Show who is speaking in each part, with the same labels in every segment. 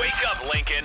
Speaker 1: Wake up, Lincoln.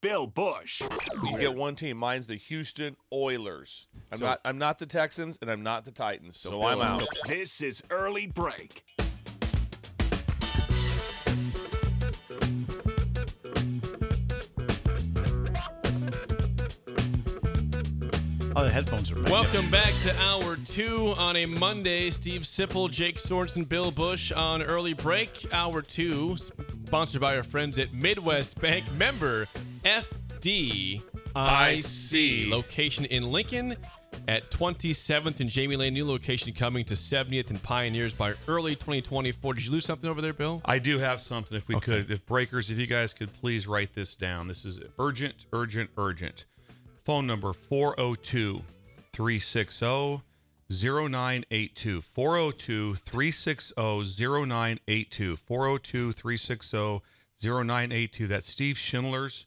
Speaker 1: Bill Bush.
Speaker 2: You get one team. Mine's the Houston Oilers. I'm
Speaker 3: So-
Speaker 2: not. I'm not the Texans, and I'm not the Titans. So, I'm
Speaker 3: Bill-
Speaker 2: out.
Speaker 1: This is Early Break.
Speaker 4: oh, the headphones are. banged up.
Speaker 3: Welcome back to hour two on a Monday. Steve Sipple, Jake Sorensen, Bill Bush on early break. Hour two, sponsored by our friends at Midwest Bank. Member FDIC. Location in Lincoln at 27th and Jamie Lane. New location coming to 70th and Pioneers by early 2024. Did you lose something over there, Bill?
Speaker 5: I do have something if we could. If breakers, if you guys could please write this down. This is urgent, urgent, urgent. Phone number 402 360 0982. 402 360 0982. 402 360 0982. That's Steve Schindler's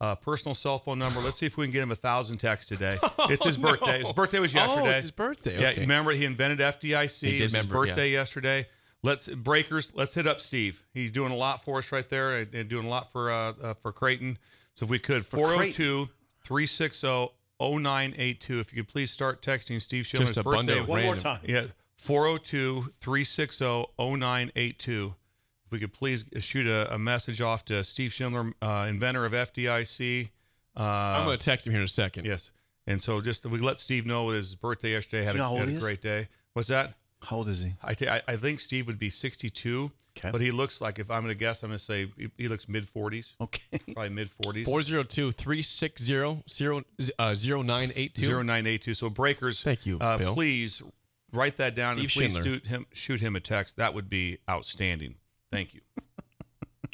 Speaker 5: uh, personal cell phone number. Let's see if we can get him a thousand texts today. It's his birthday.
Speaker 3: no.
Speaker 5: His birthday was
Speaker 3: Oh, it's
Speaker 5: yesterday.
Speaker 3: his birthday.
Speaker 5: Yeah,
Speaker 3: Okay.
Speaker 5: remember he invented FDIC.
Speaker 3: He
Speaker 5: it
Speaker 3: did
Speaker 5: was his
Speaker 3: remember, yeah.
Speaker 5: birthday yesterday. Let's breakers. Let's hit up Steve. He's doing a lot for us right there, and and doing a lot for uh, uh for Creighton. So if we could
Speaker 4: For Creighton.
Speaker 5: 402 360 0982 if you could please start texting Steve Schiller's
Speaker 3: Just a bunch
Speaker 5: birthday.
Speaker 3: of
Speaker 4: One more
Speaker 3: random.
Speaker 4: time.
Speaker 5: Yeah, 402 360 0982. If we could please shoot a, a message off to Steve Schindler, uh, inventor of FDIC. Uh,
Speaker 3: I'm going to text him here in a second.
Speaker 5: Yes. And so just we let Steve know his birthday yesterday. Had,
Speaker 4: Do you know how
Speaker 5: a,
Speaker 4: old
Speaker 5: had a
Speaker 4: he is?
Speaker 5: great day. What's that?
Speaker 4: How old is he?
Speaker 5: I thi- I I think Steve would be 62,
Speaker 4: Okay.
Speaker 5: but he looks like, if I'm going to guess, I'm going to say he, he looks mid 40s,
Speaker 4: Okay.
Speaker 5: probably mid 40s.
Speaker 3: 402 360 uh, 0982.
Speaker 5: 0982. So breakers,
Speaker 3: Thank you,
Speaker 5: Uh,
Speaker 3: Bill.
Speaker 5: Please write that down
Speaker 3: Steve
Speaker 5: and please
Speaker 3: Schindler.
Speaker 5: shoot him, shoot him a text. That would be outstanding. Thank you.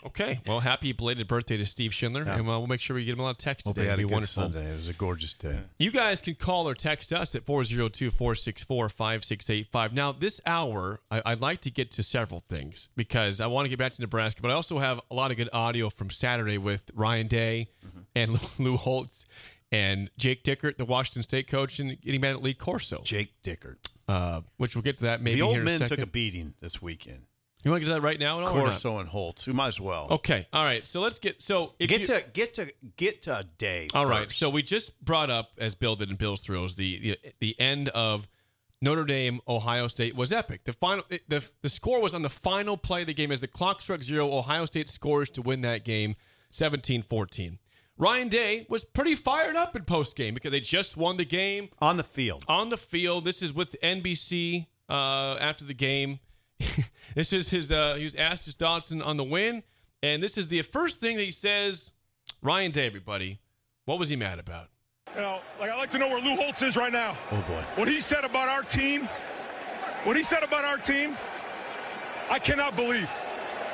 Speaker 3: Okay. Well, happy belated birthday to Steve Schindler, and uh, we'll make sure we get him a lot of texts
Speaker 4: Hope
Speaker 3: today.
Speaker 4: he had
Speaker 3: It'll
Speaker 4: a
Speaker 3: be
Speaker 4: good
Speaker 3: wonderful.
Speaker 4: Sunday. It was a gorgeous day.
Speaker 3: You guys can call or text us at 402 464 5685. Now, this hour, I, I'd like to get to several things because I want to get back to Nebraska, but I also have a lot of good audio from Saturday with Ryan Day
Speaker 4: Mm-hmm.
Speaker 3: and Lou Holtz and Jake Dickert, the Washington State coach, and getting mad at Lee Corso,
Speaker 4: Jake Dickert.
Speaker 3: uh, which we'll get to that maybe
Speaker 4: the old
Speaker 3: here in a
Speaker 4: men
Speaker 3: second.
Speaker 4: took a beating this weekend.
Speaker 3: you want to get to that right now? At all or not?
Speaker 4: Corso and Holtz. We might as well.
Speaker 3: Okay. All right. So let's get. So if
Speaker 4: Get
Speaker 3: you-
Speaker 4: to get to get to a day.
Speaker 3: All right.
Speaker 4: first.
Speaker 3: So we just brought up, as Bill did in Bill's Thrills, the the, the end of Notre Dame Ohio State was epic. The final the the score was on the final play of the game as the clock struck zero. Ohio State scores to win that game, 17-14. Ryan Day was pretty fired up in post game because they just won the game
Speaker 4: on the field.
Speaker 3: on the field. This is with NBC uh, after the game. this is his. Uh, he was asked his thoughts on on the win, and this is the first thing that he says. Ryan Day, everybody, what was he mad about?
Speaker 6: You know, like I like to know where Lou Holtz is right now.
Speaker 4: Oh boy.
Speaker 6: What he said about our team, what he said about our team, I cannot believe.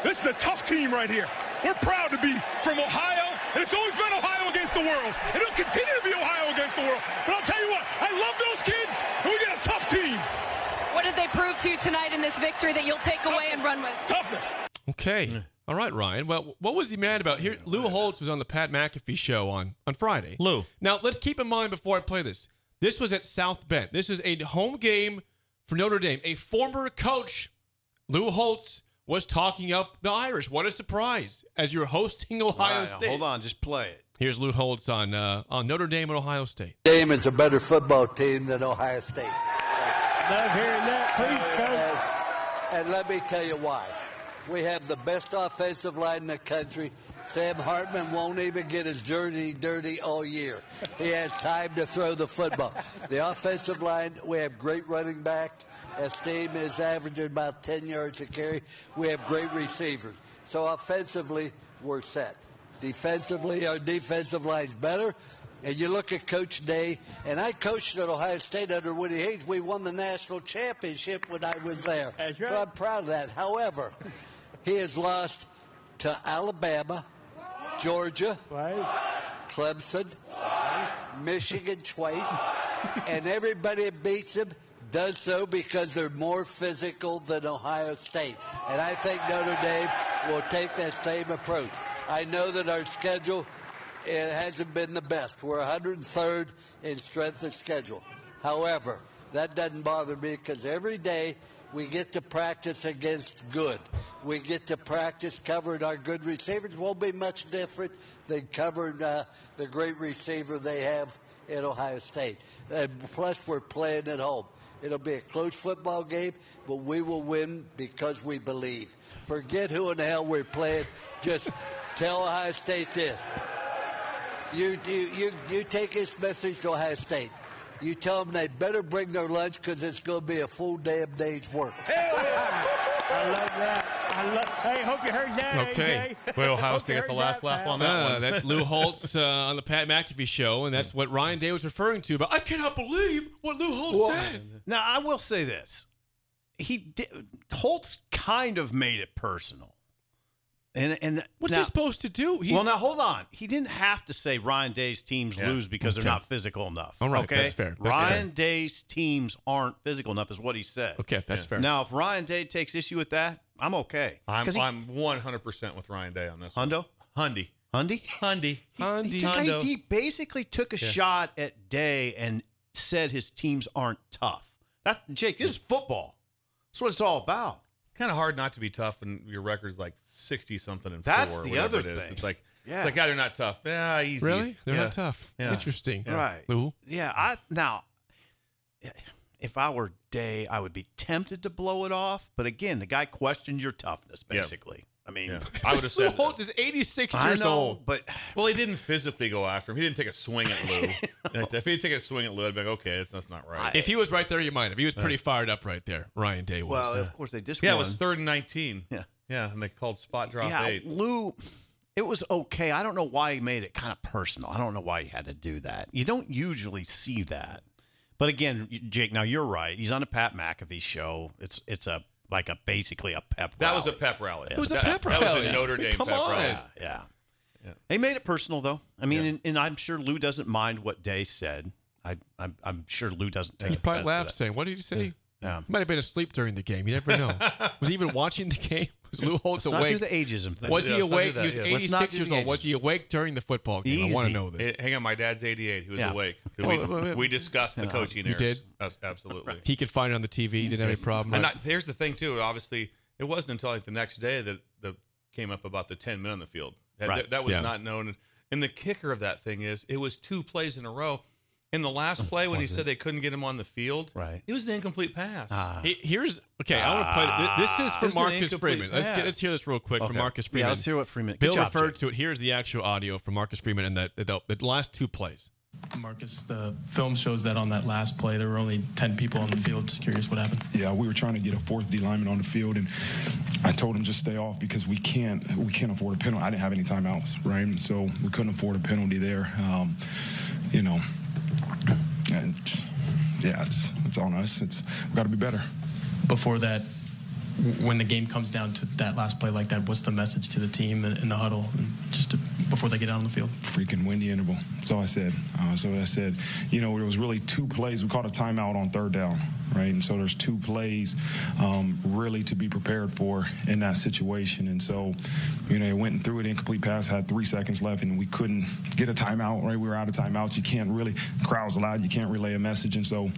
Speaker 6: This is a tough team right here. We're proud to be from Ohio, and it's always been Ohio against the world, and it'll continue to be Ohio against the world. But I'll tell you what, I love those kids, and we got a tough team.
Speaker 7: What did they prove to you tonight in this victory that you'll take away and run with?
Speaker 6: Toughness.
Speaker 3: Okay, all right, Ryan. Well, what was he mad about? Here, Lou Holtz was on the Pat McAfee show on on Friday.
Speaker 5: Lou.
Speaker 3: Now let's keep in mind before I play this. This was at South Bend. This is a home game for Notre Dame. A former coach, Lou Holtz, was talking up the Irish. What a surprise! As you're hosting Ohio
Speaker 4: Wow,
Speaker 3: State.
Speaker 4: Hold on, just play it.
Speaker 3: Here's Lou Holtz on uh, on Notre Dame and Ohio State.
Speaker 8: Dame is a better football team than Ohio State.
Speaker 4: Love hearing that.
Speaker 8: And, and let me tell you why. We have the best offensive line in the country, Sam Hartman won't even get his jersey dirty all year. He has time to throw the football. The offensive line, we have great running back. Esteem is averaging about 10 yards a carry. We have great receivers. So offensively, we're set. Defensively, our defensive line's better. And you look at Coach Day, and I coached at Ohio State under Woody Hayes. We won the national championship when I was there. That's right. So I'm proud of that. However, he has lost to Alabama, Georgia, Clemson, Michigan twice, and everybody that beats him does so because they're more physical than Ohio State. And I think Notre Dame will take that same approach. I know that our schedule it hasn't been the best. We're 103rd in strength of schedule. However, that doesn't bother me because every day we get to practice against good. We get to practice covering our good receivers. Won't be much different than covering uh, the great receiver they have at Ohio State. And plus, we're playing at home. It'll be a close football game, but we will win because we believe. Forget who in the hell we're playing. Just tell Ohio State this. You, you, you, you take this message to Ohio State. You tell them they better bring their lunch because it's going to be a full damn day's work.
Speaker 9: I love that. I love. Hey, hope you heard that.
Speaker 5: Okay.
Speaker 9: AJ.
Speaker 5: Well, Ohio
Speaker 9: Hope you
Speaker 5: State got the
Speaker 9: heard
Speaker 5: last
Speaker 9: that,
Speaker 5: laugh
Speaker 9: pal.
Speaker 5: on that
Speaker 3: Uh,
Speaker 5: one.
Speaker 3: that's Lou Holtz uh, on the Pat McAfee show, and that's what Ryan Day was referring to. But I cannot believe what Lou Holtz
Speaker 4: Well,
Speaker 3: said.
Speaker 4: Now I will say this: he did, Holtz kind of made it personal, and and
Speaker 3: What's
Speaker 4: now,
Speaker 3: he supposed to do? He's,
Speaker 4: well, now hold on. He didn't have to say Ryan Day's teams
Speaker 3: Yeah.
Speaker 4: lose because
Speaker 3: Okay.
Speaker 4: they're not physical enough.
Speaker 3: All right,
Speaker 4: okay?
Speaker 3: that's fair. That's
Speaker 4: Ryan Day's teams aren't physical enough, is what he said.
Speaker 3: okay, that's fair.
Speaker 4: Now, if Ryan Day takes issue with that, I'm okay.
Speaker 5: I'm,
Speaker 4: 'Cause he,
Speaker 5: I'm 100% with Ryan Day on this one.
Speaker 4: Hundo,
Speaker 5: Hundy.
Speaker 4: Hundy,
Speaker 5: Hundy.
Speaker 4: He, he, took-
Speaker 5: Hundo.
Speaker 4: he basically took a shot at Day and said his teams aren't tough. That's Jake. This is football. That's what it's all about.
Speaker 5: kind of hard not to be tough and your record's like 60 something and
Speaker 4: That's
Speaker 5: four, or
Speaker 4: the other
Speaker 5: whatever it is.
Speaker 4: thing.
Speaker 5: It's like,
Speaker 4: Yeah.
Speaker 5: it's like, yeah, they're not tough. Yeah, easy.
Speaker 3: really? They're
Speaker 5: yeah.
Speaker 3: not tough.
Speaker 5: Yeah.
Speaker 3: Interesting.
Speaker 4: Right.
Speaker 3: Lou?
Speaker 4: Yeah. I now, if I were Day, I would be tempted to blow it off. But again, the guy questioned your toughness.
Speaker 5: Yeah.
Speaker 4: Basically, I mean,
Speaker 5: Yeah. I would have
Speaker 3: Lou
Speaker 5: said,
Speaker 3: Holtz is 86
Speaker 4: I
Speaker 3: years
Speaker 4: know,
Speaker 3: old.
Speaker 4: but
Speaker 5: well, he didn't physically go after him. He didn't take a swing at Lou. Like, if he took a swing at Lou, I'd be like, okay, that's, that's not right.
Speaker 4: I-
Speaker 3: If he was right there, you might have. He was pretty fired up right there. Ryan Day was.
Speaker 4: well,
Speaker 3: Yeah.
Speaker 4: of course they just
Speaker 5: yeah, it
Speaker 4: won.
Speaker 5: was third and 19.
Speaker 4: Yeah.
Speaker 5: Yeah, and they called spot drop
Speaker 4: yeah,
Speaker 5: eight.
Speaker 4: Lou. It was okay. I don't know why he made it kind of personal. I don't know why he had to do that. You don't usually see that. But again, Jake, now you're right. He's on a Pat McAfee show. It's it's a like a basically a pep.
Speaker 5: That was a
Speaker 4: rally.
Speaker 5: pep rally.
Speaker 4: It was
Speaker 3: a
Speaker 5: That-
Speaker 3: pep
Speaker 5: That was
Speaker 3: rally.
Speaker 5: a Notre Dame
Speaker 3: Come
Speaker 5: pep
Speaker 3: on.
Speaker 5: rally.
Speaker 4: Yeah, yeah. They made it personal though. I mean,
Speaker 5: Yeah.
Speaker 4: and, and I'm sure Lou doesn't mind what Day said. I I'm, I'm sure Lou doesn't take.
Speaker 3: he
Speaker 4: offense
Speaker 3: probably
Speaker 4: to
Speaker 3: laughed
Speaker 4: that.
Speaker 3: saying, What did he say?
Speaker 4: Yeah.
Speaker 3: He might have been asleep during the game. You never know. was he even watching the game? Was Lou Holtz
Speaker 4: Let's not do
Speaker 3: awake?
Speaker 4: the ageism thing.
Speaker 3: Was
Speaker 5: Yeah,
Speaker 3: he
Speaker 5: let's not
Speaker 3: awake?
Speaker 5: do
Speaker 3: He
Speaker 5: that,
Speaker 3: was
Speaker 5: yeah. Let's
Speaker 3: 86
Speaker 4: not do
Speaker 3: years
Speaker 4: the
Speaker 3: old. Was
Speaker 4: ageism.
Speaker 3: he awake during the football game? I want to
Speaker 4: Easy.
Speaker 3: know this.
Speaker 5: Hey, hang on, my dad's 88. He was
Speaker 4: Yeah.
Speaker 5: awake.
Speaker 3: Well,
Speaker 5: We,
Speaker 3: well,
Speaker 5: we discussed the coaching
Speaker 3: you
Speaker 5: errors.
Speaker 3: did?
Speaker 5: Ab- Absolutely.
Speaker 3: he could find it on the TV. He didn't have any problem.
Speaker 5: And
Speaker 3: right?
Speaker 5: I, here's the thing too. Obviously, it wasn't until like the next day that the came up about the ten men on the field. That,
Speaker 4: Right.
Speaker 5: that, that was
Speaker 3: Yeah.
Speaker 5: not known. And the kicker of that thing is it was two plays in a row. In the last play, when he said they couldn't get him on the field,
Speaker 4: Right.
Speaker 5: It was an incemplete pass.
Speaker 4: Ah.
Speaker 3: He- Here's okay. I want to play. th- This is from
Speaker 5: This is an
Speaker 3: Marcus
Speaker 5: incomplete
Speaker 3: Freeman. Let's get,
Speaker 5: pass.
Speaker 3: let's hear this real quick from
Speaker 5: Okay.
Speaker 3: Marcus Freeman.
Speaker 4: yeah, let's hear what Freeman. good
Speaker 3: Bill
Speaker 4: job,
Speaker 3: referred
Speaker 4: Jake.
Speaker 3: to it. Here's the actual audio from Marcus Freeman and the, the, the last two plays.
Speaker 10: Marcus, the film shows that on that last play, there were only 10 people on the field. Just curious what happened.
Speaker 6: Yeah, we were trying to get a fourth D lineman on the field, and I told him just stay off because we can't we can't afford a penalty. I didn't have any timeouts, right? So we couldn't afford a penalty there. Um, you know, and yeah, it's it's on us. It's we got to be better.
Speaker 10: Before that, w- when the game comes down to that last play like that, what's the message to the team and in the huddle and just to, before they get out on the field?
Speaker 6: freaking windy interval. That's all I said. Uh, so I said, you know, there was really two plays. We called a timeout on third down, right? And so there's two plays um, really to be prepared for in that situation. And so, you know, it went through an incomplete pass, had three seconds left, and we couldn't get a timeout, right? We were out of timeouts. You can't really, crowd's loud, you can't relay a message. And so,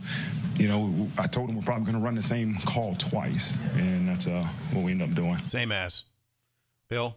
Speaker 6: you know, I told them we're probably going to run the same call twice. And that's uh, what we ended up doing.
Speaker 4: same as Bill.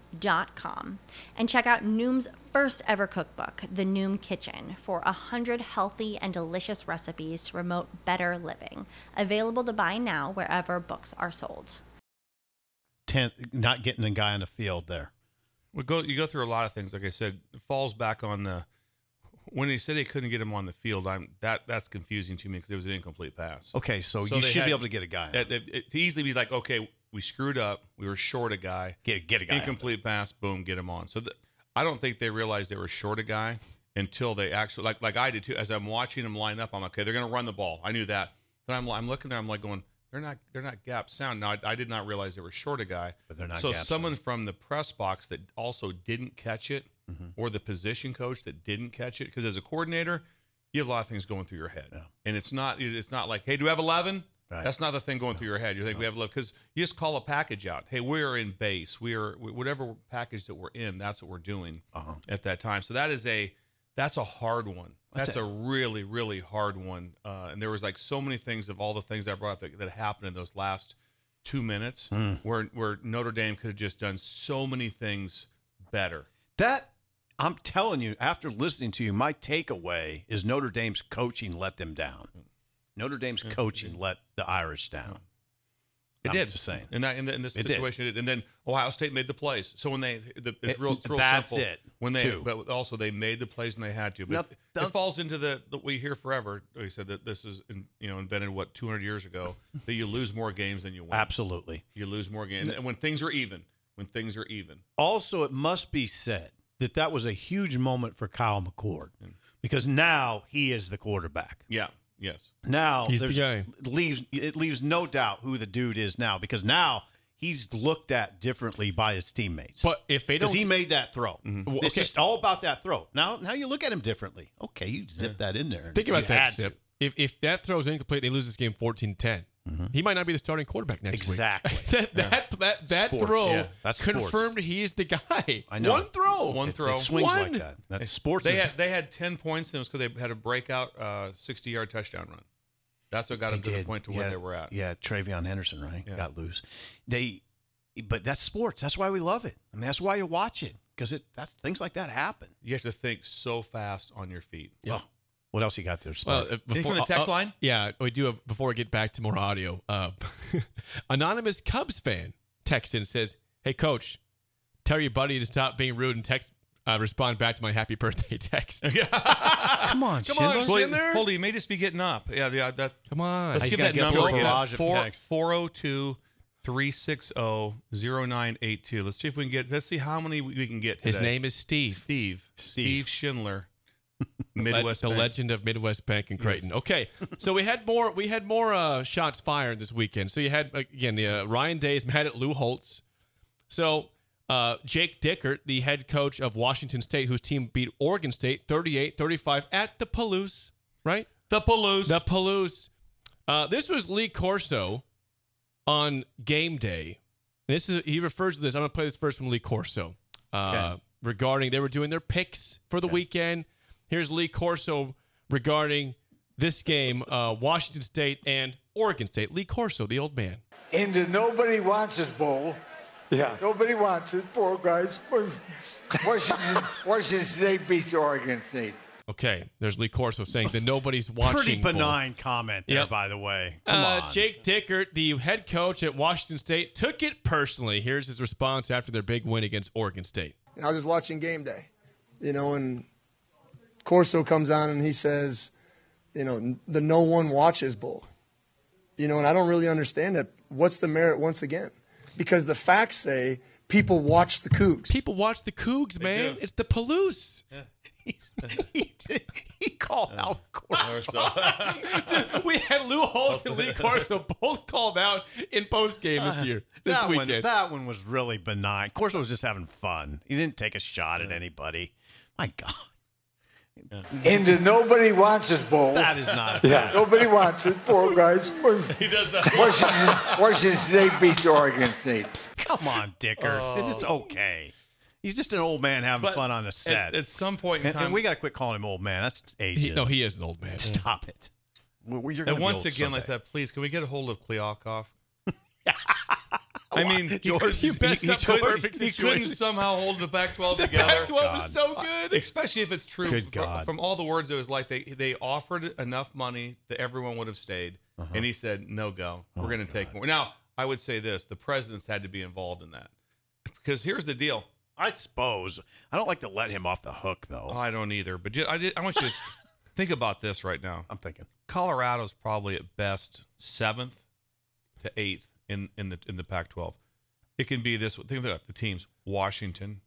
Speaker 11: noom.com and check out Noom's first ever cookbook, The Noom Kitchen, for 100 healthy and delicious recipes to promote better living. Available to buy now wherever books are sold.
Speaker 4: Ten, not getting a guy on the field there.
Speaker 5: We go. You go through a lot of things. Like I said, it falls back on the when they said they couldn't get him on the field. I'm that that's confusing to me because it was an incomplete pass.
Speaker 4: Okay, so you
Speaker 5: they
Speaker 4: should be able to get a guy on.
Speaker 5: that- that- it- to easily be like, okay, we screwed up. We were short a guy.
Speaker 4: Get get a guy on
Speaker 5: Incomplete pass. Boom, get him on. So th- I don't think they realized they were short a guy until they actually like like I did too. As I'm watching them line up, I'm like, okay, they're gonna run the ball. I knew that. Then I'm I'm looking there. I'm like going. They're not. They're not gap sound. Now I, I did not realize they were short a guy. But
Speaker 4: they're not
Speaker 5: So
Speaker 4: gap
Speaker 5: someone from the press box that also didn't catch it,
Speaker 4: Mm-hmm.
Speaker 5: or the position coach that didn't catch it, because as a coordinator, you have a lot of things going through your head, and it's not. It's not like, hey, do we have eleven?
Speaker 4: Right.
Speaker 5: That's not the thing going through your head. You think we have eleven because you just call a package out. Hey, we're in base. We are whatever package that we're in. That's what we're doing
Speaker 4: Uh-huh.
Speaker 5: at that time. So that is a that's a hard one.
Speaker 4: That's
Speaker 5: That's,
Speaker 4: it.
Speaker 5: a really really hard one. Uh, and there was like so many things of all the things I brought up that, that happened in those last two minutes, where where Notre Dame could have just done so many things better.
Speaker 4: That I'm telling you, after listening to you, my takeaway is Notre Dame's coaching let them down. Notre Dame's coaching let the Irish down.
Speaker 5: It
Speaker 4: I'm
Speaker 5: did.
Speaker 4: Just saying.
Speaker 5: And that in, the, in this
Speaker 4: It did.
Speaker 5: situation, it did. and then Ohio State made the plays. So when they, the, it's
Speaker 4: It-
Speaker 5: real, it's real
Speaker 4: that's
Speaker 5: simple.
Speaker 4: it,
Speaker 5: When they,
Speaker 4: too.
Speaker 5: but also they made the plays and they had to. But
Speaker 4: Noth-
Speaker 5: it falls into the, the we hear forever. We said that this is in, you know invented what 200 years ago that you lose more games than you win.
Speaker 4: Absolutely.
Speaker 5: You lose more games,
Speaker 4: N-
Speaker 5: and when things are even, when things are even,
Speaker 4: Also, it must be said that that was a huge moment for Kyle McCord because now he is the quarterback.
Speaker 5: yeah, yes,
Speaker 4: Now
Speaker 3: He's the
Speaker 4: there's- leaves it leaves no doubt who the dude is now because now he's looked at differently by his teammates.
Speaker 3: But if they
Speaker 4: Because
Speaker 3: don't, Mm-hmm.
Speaker 4: he made that throw.
Speaker 3: Well,
Speaker 4: It's
Speaker 3: okay.
Speaker 4: just all about that throw. Now, now you look at him differently. Okay, you zip that in there.
Speaker 3: think
Speaker 4: You
Speaker 3: about
Speaker 4: had
Speaker 3: that.
Speaker 4: to.
Speaker 3: Sip. If if that throw's incomplete, they lose this game 14-10. He might not be the starting quarterback next
Speaker 4: Mm-hmm. Exactly.
Speaker 3: week. Exactly. that, that that that
Speaker 4: Sports.
Speaker 3: throw
Speaker 4: Yeah, that's sports.
Speaker 3: confirmed he is the guy.
Speaker 4: I know.
Speaker 3: One throw.
Speaker 5: one
Speaker 4: It-
Speaker 5: throw.
Speaker 4: It swings
Speaker 3: One.
Speaker 4: like that. That's sports.
Speaker 5: They
Speaker 4: is-
Speaker 5: had they had 10 points, and it was because they had a breakout uh, 60 yard touchdown run. That's what got
Speaker 4: they
Speaker 5: them to the
Speaker 4: did.
Speaker 5: point to
Speaker 4: yeah,
Speaker 5: where they were at.
Speaker 4: Yeah, Travion Henderson, right?
Speaker 5: Yeah.
Speaker 4: Got loose. They, but that's sports. That's why we love it. I mean, that's why you watch it because it that's things like that happen.
Speaker 5: You have to think so fast on your feet.
Speaker 4: Oh, what else you got there? Spark?
Speaker 3: Well, uh,
Speaker 5: Anything from the text
Speaker 3: uh, uh,
Speaker 5: line?
Speaker 3: Yeah, we do. Have, before I get back to more audio, uh, anonymous Cubs fan texts in and says, "Hey, coach, tell your buddy to stop being rude and text." Uh, respond back to my happy birthday text.
Speaker 4: come on,
Speaker 3: Come on,
Speaker 4: Schindler.
Speaker 3: Schindler.
Speaker 5: Wait, hold it, you may just be getting up. Yeah, yeah that,
Speaker 3: Come on.
Speaker 5: let's
Speaker 4: He's
Speaker 5: give
Speaker 4: gotta
Speaker 5: that
Speaker 4: get
Speaker 5: number.
Speaker 4: through a
Speaker 5: again.
Speaker 4: barrage of
Speaker 5: Four-
Speaker 4: texts.
Speaker 5: 402 oh, 360-0982. Let's see if we can get. Let's see how many we we can get. Today.
Speaker 3: His name is Steve.
Speaker 5: Steve. Steve Schindler. Midwest.
Speaker 3: the
Speaker 5: Bank.
Speaker 3: legend of Midwest Bank and Creighton. Okay, so we had more we had more uh, shots fired this weekend. So you had again the uh, Ryan Day's mad at Lou Holtz. So uh, Jake Dickert, the head coach of Washington State, whose team beat Oregon State 38-35 at the Palouse, right?
Speaker 5: The Palouse.
Speaker 3: The Palouse. Uh, this was Lee Corso on game day. This is he refers to this. I'm gonna play this first from Lee Corso uh, regarding they were doing their picks for the weekend. Here's Lee Corso regarding this game, uh, Washington State and Oregon State. Lee Corso, the old man.
Speaker 12: into nobody wants us bowl.
Speaker 13: Yeah.
Speaker 12: Nobody wants it. Poor guys. Washington, Washington State beats Oregon State.
Speaker 3: Okay, there's Lee Corso saying that nobody's watching.
Speaker 4: Pretty
Speaker 3: bowl.
Speaker 4: benign comment there,
Speaker 3: Yep.
Speaker 4: by the way. Come
Speaker 3: Uh,
Speaker 4: on.
Speaker 3: Jake Dickert, the head coach at Washington State, took it personally. Here's his response after their big win against Oregon State.
Speaker 13: And I was just watching game day, you know, and Corso comes on and he says, you know, the no one watches bowl. You know, and I don't really understand that. What's the merit once again? Because the facts say people watch the Cougs.
Speaker 3: People watch the Cougs, man. It's the Palouse.
Speaker 4: he called out Corso.
Speaker 3: we had Lou Holtz and Lee Corso both called out in post game this year, this
Speaker 4: Uh, that
Speaker 3: weekend.
Speaker 4: One, that one was really benign. Of course, I was just having fun. He didn't take a shot at anybody. My God.
Speaker 12: Into nobody wants his bowl.
Speaker 4: That is not.
Speaker 12: Yeah. Nobody wants it. Poor guys.
Speaker 4: He does
Speaker 12: Washington, Washington State beats Oregon State.
Speaker 4: Come on, Dicker. It's okay. He's just an old man having
Speaker 5: But
Speaker 4: fun on a
Speaker 5: at-
Speaker 4: set.
Speaker 5: at some point in
Speaker 4: And-
Speaker 5: time-
Speaker 4: and we got to quit calling him old man. That's ageism.
Speaker 3: no, he is an old man.
Speaker 4: Stop it. We- we- you're
Speaker 5: and
Speaker 4: gonna be
Speaker 5: once
Speaker 4: old
Speaker 5: again, like
Speaker 4: someday.
Speaker 5: that, please, can we get a hold of Kleokov? I mean, he
Speaker 4: George,
Speaker 5: could-
Speaker 4: you
Speaker 5: he-
Speaker 4: messed
Speaker 5: he
Speaker 4: up the
Speaker 5: couldn't-
Speaker 4: perfect
Speaker 5: he
Speaker 4: situation.
Speaker 5: couldn't somehow hold the Pac-12
Speaker 4: The
Speaker 5: together.
Speaker 4: Pac-12 is so
Speaker 3: good,
Speaker 5: especially if it's true.
Speaker 4: Good
Speaker 5: Fr-
Speaker 4: God.
Speaker 5: From, all the words, it was like they they offered enough money that everyone would have stayed,
Speaker 4: Uh-huh.
Speaker 5: and he said, "No go,
Speaker 4: Oh,
Speaker 5: we're going to take more." Now, I would say this: the presidents had to be involved in that because here's the deal.
Speaker 4: I suppose I don't like to let him off the hook though.
Speaker 5: Oh, I don't either, but ju- I did, I want you to think about this right now.
Speaker 4: I'm thinking.
Speaker 5: Colorado's probably at best seventh to eighth in, in the in the Pac-12. It can be this. Think about the teams: Washington,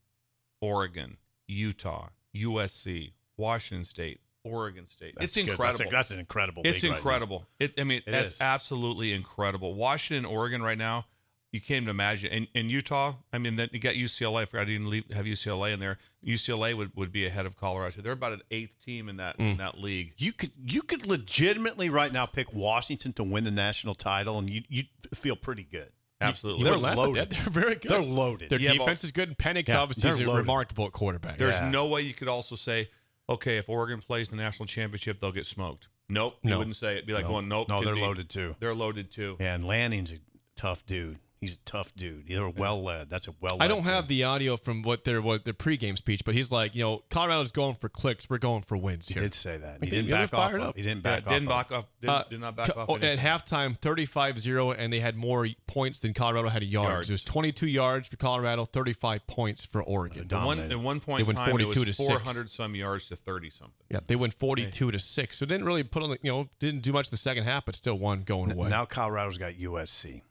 Speaker 5: Oregon, Utah, USC, Washington State, Oregon State.
Speaker 4: That's
Speaker 5: it's
Speaker 4: good. That's a-
Speaker 5: incredible.
Speaker 4: that's an incredible
Speaker 5: It's
Speaker 4: league right now.
Speaker 5: incredible. it, I mean,
Speaker 4: It
Speaker 5: that's
Speaker 4: is.
Speaker 5: absolutely incredible. Washington, Oregon, right now, you can't even imagine. And in Utah, I mean, then you got UCLA. I forgot I didn't leave, have UCLA in there. UCLA would, would be ahead of Colorado. They're about an eighth team in that
Speaker 4: Mm.
Speaker 5: in that league.
Speaker 4: You could you could legitimately right now pick Washington to win the national title, and you you feel pretty good.
Speaker 5: Absolutely.
Speaker 4: They're
Speaker 3: They're laughing at
Speaker 4: loaded.
Speaker 3: that. They're very good.
Speaker 4: They're loaded.
Speaker 3: Their
Speaker 5: Yeah, but-
Speaker 3: defense is good, and Penix
Speaker 4: Yeah,
Speaker 3: obviously is
Speaker 4: they're
Speaker 3: a
Speaker 4: loaded.
Speaker 3: remarkable quarterback.
Speaker 5: There's
Speaker 4: Yeah.
Speaker 5: no way you could also say, okay, if Oregon plays the national championship, they'll get smoked. Nope. You
Speaker 4: No.
Speaker 5: wouldn't say it. Be like,
Speaker 4: No.
Speaker 5: well, nope.
Speaker 4: No,
Speaker 5: could
Speaker 4: they're
Speaker 5: be.
Speaker 4: loaded, too.
Speaker 5: They're loaded too.
Speaker 4: Yeah, and Lanning's a tough dude. He's a tough dude. They're well led. That's a well.
Speaker 3: I don't have the audio from what their what their pregame speech, but he's like, you know, Colorado's going for clicks, we're going for wins
Speaker 4: He
Speaker 3: here.
Speaker 4: did say that. He
Speaker 3: Like,
Speaker 4: didn't
Speaker 3: they're
Speaker 4: back off
Speaker 3: fired
Speaker 4: of-
Speaker 3: up.
Speaker 4: he didn't back Yeah, off Uh, didn't of
Speaker 5: back it. off- did- did not back
Speaker 3: co-
Speaker 5: off
Speaker 3: oh, At
Speaker 5: anything.
Speaker 3: halftime, 35-0, and they had more points than Colorado had yards.
Speaker 5: Yards.
Speaker 3: It was 22 yards for Colorado, 35 points for Oregon.
Speaker 5: At one, at one point,
Speaker 3: they went
Speaker 5: in time,
Speaker 3: 42
Speaker 5: it was
Speaker 3: to
Speaker 5: 400
Speaker 3: six.
Speaker 5: some yards to 30 something.
Speaker 3: Yeah, they went 42 to six. So didn't really put on, the, you know, didn't do much in the second half, but still won going away.
Speaker 4: Now Colorado's got USC.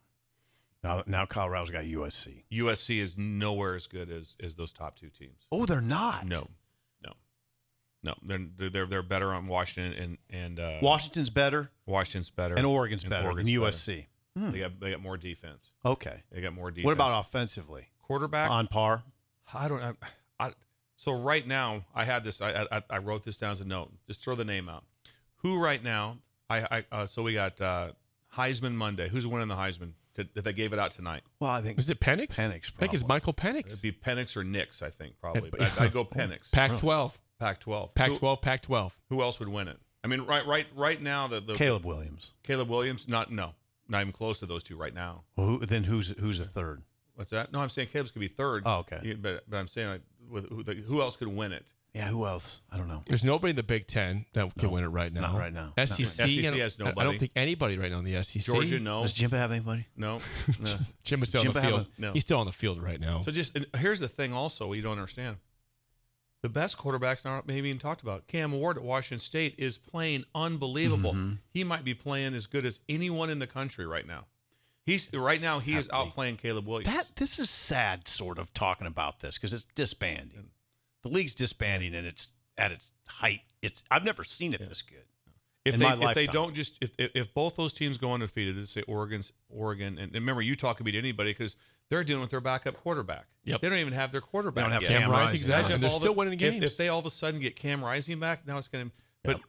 Speaker 4: Now now Colorado's got USC.
Speaker 5: USC is nowhere as good as as those top two teams.
Speaker 4: Oh, they're not.
Speaker 5: No, no, no. They're they're- they're they're better on Washington and and uh,
Speaker 4: Washington's better.
Speaker 5: Washington's better
Speaker 4: And Oregon's better than
Speaker 5: better.
Speaker 4: USC. Hmm.
Speaker 5: They got they got more defense.
Speaker 4: Okay.
Speaker 5: They got more defense.
Speaker 4: What about offensively?
Speaker 5: quarterback?
Speaker 4: On par.
Speaker 5: I don't. I, I, so right now, I had this. I, I I wrote this down as a note. Just throw the name out. Who right now? I, I uh, so we got uh, Heisman Monday. Who's winning the Heisman? To, if they gave it out tonight,
Speaker 4: Well, I think
Speaker 3: Is it Penix?
Speaker 4: Penix.
Speaker 3: I think it's
Speaker 4: probably.
Speaker 3: Michael Penix.
Speaker 5: it'd be Penix or Nix. I think probably. But I, I'd go Penix.
Speaker 3: Pac-12.
Speaker 5: Pac-12. Who,
Speaker 3: Pac-12, Pac-12.
Speaker 5: who else would win it? I mean, right, right, right now, the, the
Speaker 4: Caleb Williams.
Speaker 5: Caleb Williams. Not no, not even close to those two right now.
Speaker 4: Well, who, then who's who's a third?
Speaker 5: What's that? No, I'm saying Caleb's could be third.
Speaker 4: Oh, okay.
Speaker 5: Yeah, but but I'm saying like, with, who, the, who else could win it?
Speaker 4: Yeah, who else? I don't know.
Speaker 3: There's nobody in the Big Ten that can win it right now.
Speaker 4: not right now.
Speaker 3: SEC, I
Speaker 5: Not right now.
Speaker 3: don't-
Speaker 5: SEC has
Speaker 3: I- I
Speaker 5: nobody.
Speaker 3: don't think anybody right now in the SEC.
Speaker 5: Georgia, no.
Speaker 4: Does Jimba have anybody?
Speaker 5: No, no.
Speaker 3: Jim is still
Speaker 4: Jim
Speaker 3: on the
Speaker 4: Bama-
Speaker 3: field.
Speaker 5: No.
Speaker 3: He's still on the field right now.
Speaker 5: So just and here's the thing. Also, you don't understand. The best quarterbacks not maybe even talked about. Cam Ward at Washington State is playing unbelievable. He might be playing as good as anyone in the country right now. He's right now he is outplaying Caleb Williams.
Speaker 4: That this is sad, sort of talking about this because it's disbanding. The league's disbanding, and it's at its height. It's I've never seen it this good.
Speaker 5: if
Speaker 4: in
Speaker 5: they
Speaker 4: my
Speaker 5: if they
Speaker 4: lifetime.
Speaker 5: don't just if, if if both those teams go undefeated, let's say Oregon's Oregon and, and remember Utah could beat anybody because they're dealing with their backup quarterback.
Speaker 3: Yep.
Speaker 5: They don't even have their quarterback.
Speaker 4: They don't have
Speaker 5: yet.
Speaker 4: Cam Cam Rising. Rising.
Speaker 5: Imagine
Speaker 3: Exactly.
Speaker 5: if
Speaker 3: They're
Speaker 5: all
Speaker 3: still winning
Speaker 5: if- If,
Speaker 3: games.
Speaker 5: they all of a sudden get Cam Rising back, now it's going to. But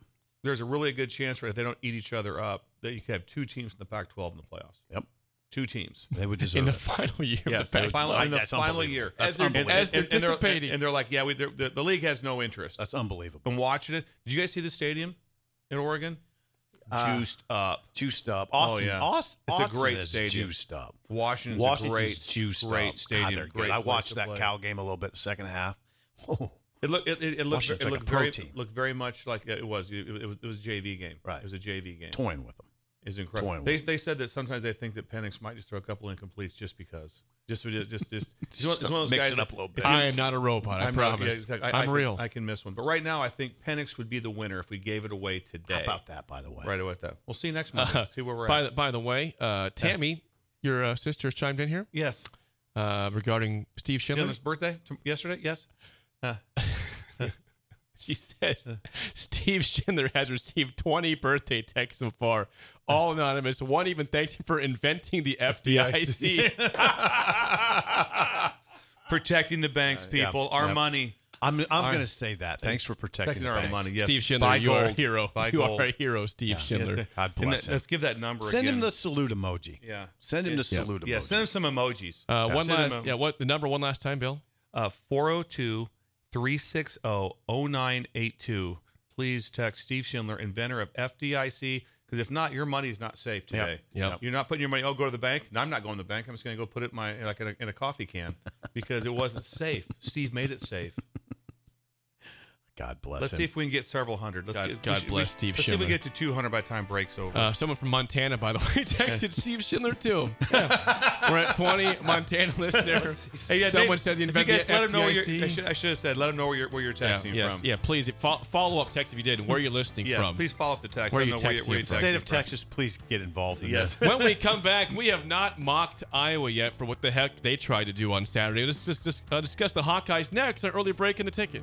Speaker 5: there's a really good chance right if they don't eat each other up that you could have two teams in the Pac-12 in the playoffs.
Speaker 4: Yep,
Speaker 5: Two teams.
Speaker 4: they would deserve
Speaker 3: in the
Speaker 4: it.
Speaker 3: final year
Speaker 5: Yes,
Speaker 3: of the
Speaker 5: in the final, in the
Speaker 4: That's
Speaker 5: final
Speaker 4: unbelievable.
Speaker 5: year,
Speaker 4: That's
Speaker 5: And- and-
Speaker 4: unbelievable.
Speaker 3: As they're
Speaker 5: and- and they're-
Speaker 3: dissipating.
Speaker 5: and they're like, "Yeah, we, they're- the, the league has no interest."
Speaker 4: That's unbelievable.
Speaker 5: I'm watching it. Did you guys see the stadium in Oregon?
Speaker 4: Uh,
Speaker 5: Juiced up.
Speaker 4: Juiced up. Austin,
Speaker 5: Oh, yeah.
Speaker 4: Aus-
Speaker 5: It's a
Speaker 4: Austin
Speaker 5: great
Speaker 4: is
Speaker 5: stadium.
Speaker 4: Juiced up.
Speaker 5: Washington's,
Speaker 4: Washington's
Speaker 5: a great,
Speaker 4: juiced
Speaker 5: great
Speaker 4: up. God,
Speaker 5: stadium.
Speaker 4: they're good.
Speaker 5: great
Speaker 4: I
Speaker 5: place to
Speaker 4: watched that
Speaker 5: play.
Speaker 4: Cal game a little bit the second half. Oh, Whoa.
Speaker 5: It looked it, it, it looked it
Speaker 4: Washington's like a
Speaker 5: looked
Speaker 4: pro
Speaker 5: very
Speaker 4: team.
Speaker 5: looked very much like it was it, it was it was a JV game.
Speaker 4: Right.
Speaker 5: It was a JV game.
Speaker 4: toying with them.
Speaker 5: Is incredible.
Speaker 4: Toying
Speaker 5: They,
Speaker 4: with
Speaker 5: they said that sometimes they think that Penix might just throw a couple incompletes just because. Just just just just. he's one- he's one of those
Speaker 4: Mix
Speaker 5: guys
Speaker 4: it
Speaker 5: that-
Speaker 4: up a little bit.
Speaker 5: if you-
Speaker 3: I am not a robot. I
Speaker 5: I'm not- yeah,
Speaker 3: promise.
Speaker 5: exactly. I- I
Speaker 3: I'm
Speaker 5: can-
Speaker 3: real.
Speaker 5: I can miss one, but right now I think Penix would be the winner if we gave it away today.
Speaker 4: How about that, by the way?
Speaker 5: Right away with that. We'll see you next month.
Speaker 3: Uh,
Speaker 5: see where we're
Speaker 3: by
Speaker 5: at.
Speaker 3: the, by the way, uh, Tammy, your uh, sister has chimed in here
Speaker 5: yes.
Speaker 3: uh, regarding Steve Schindler.
Speaker 5: Dylan's birthday t- yesterday. Yes. Uh,
Speaker 3: she says Steve Schindler has received 20 birthday texts so far, all anonymous. One even thanked him for inventing the FDIC.
Speaker 5: protecting the
Speaker 4: Uh,
Speaker 5: banks, people, our money.
Speaker 4: I'm I'm
Speaker 5: Our-
Speaker 4: going to say that. Thanks for protecting, the
Speaker 5: our
Speaker 4: banks.
Speaker 5: money. Yes.
Speaker 3: Steve Schindler,
Speaker 5: Buy
Speaker 3: you are a
Speaker 5: gold.
Speaker 3: hero.
Speaker 5: Buy
Speaker 3: You are
Speaker 5: gold.
Speaker 3: a hero, Steve Schindler.
Speaker 5: Yes.
Speaker 3: God
Speaker 5: And
Speaker 3: bless
Speaker 5: that-
Speaker 3: him.
Speaker 5: Let's give that number.
Speaker 4: Send him
Speaker 5: again.
Speaker 4: the salute emoji.
Speaker 5: Yeah.
Speaker 4: Send him
Speaker 5: Yeah.
Speaker 4: the salute emoji.
Speaker 5: Yeah, send him some emojis.
Speaker 3: Uh, one
Speaker 5: Send him
Speaker 3: last,
Speaker 5: a-
Speaker 3: yeah. What the number one last time, Bill?
Speaker 5: uh, 402 360 0982. Please text Steve Schindler, inventor of FDIC, because if not, your money's not safe today.
Speaker 3: Yep. Yep.
Speaker 5: You're not putting your money, oh, go to the bank. No, I'm not going to the bank. I'm just going to go put it in, my, like in, a, in a coffee can because it wasn't safe. Steve made it safe.
Speaker 4: God bless
Speaker 5: Let's
Speaker 4: him.
Speaker 5: see if we can get several hundred. Let's
Speaker 3: God-
Speaker 5: get, we
Speaker 3: God
Speaker 5: should- we-
Speaker 3: bless Steve
Speaker 5: Let's see if we
Speaker 3: Schindler.
Speaker 5: get to 200 by the time breaks over.
Speaker 3: Uh, someone from Montana, by the way, texted Steve Schindler too. Yeah. We're at 20 Montana listener.
Speaker 5: Hey, yeah,
Speaker 3: someone
Speaker 5: they-
Speaker 3: says he
Speaker 5: if you
Speaker 3: invented
Speaker 5: guys
Speaker 3: the
Speaker 5: let him know where you're- I
Speaker 3: FDIC.
Speaker 5: should, I should have said, let him know where you're, where you're
Speaker 3: Yeah,
Speaker 5: texting
Speaker 3: yes,
Speaker 5: from.
Speaker 3: yeah. Please fo- follow up text if you did. and Where you're listening
Speaker 5: Yes,
Speaker 3: from?
Speaker 5: please follow up the text.
Speaker 3: Where
Speaker 5: Let
Speaker 3: you
Speaker 5: them know where
Speaker 3: texting
Speaker 5: you're- where
Speaker 3: him
Speaker 5: you're
Speaker 3: from.
Speaker 4: State of Texas, please get involved in
Speaker 5: Yes.
Speaker 4: this.
Speaker 3: when we come back, we have not mocked Iowa yet for what the heck they tried to do on Saturday. Let's just, just uh, discuss the Hawkeyes next. Our early break in the ticket.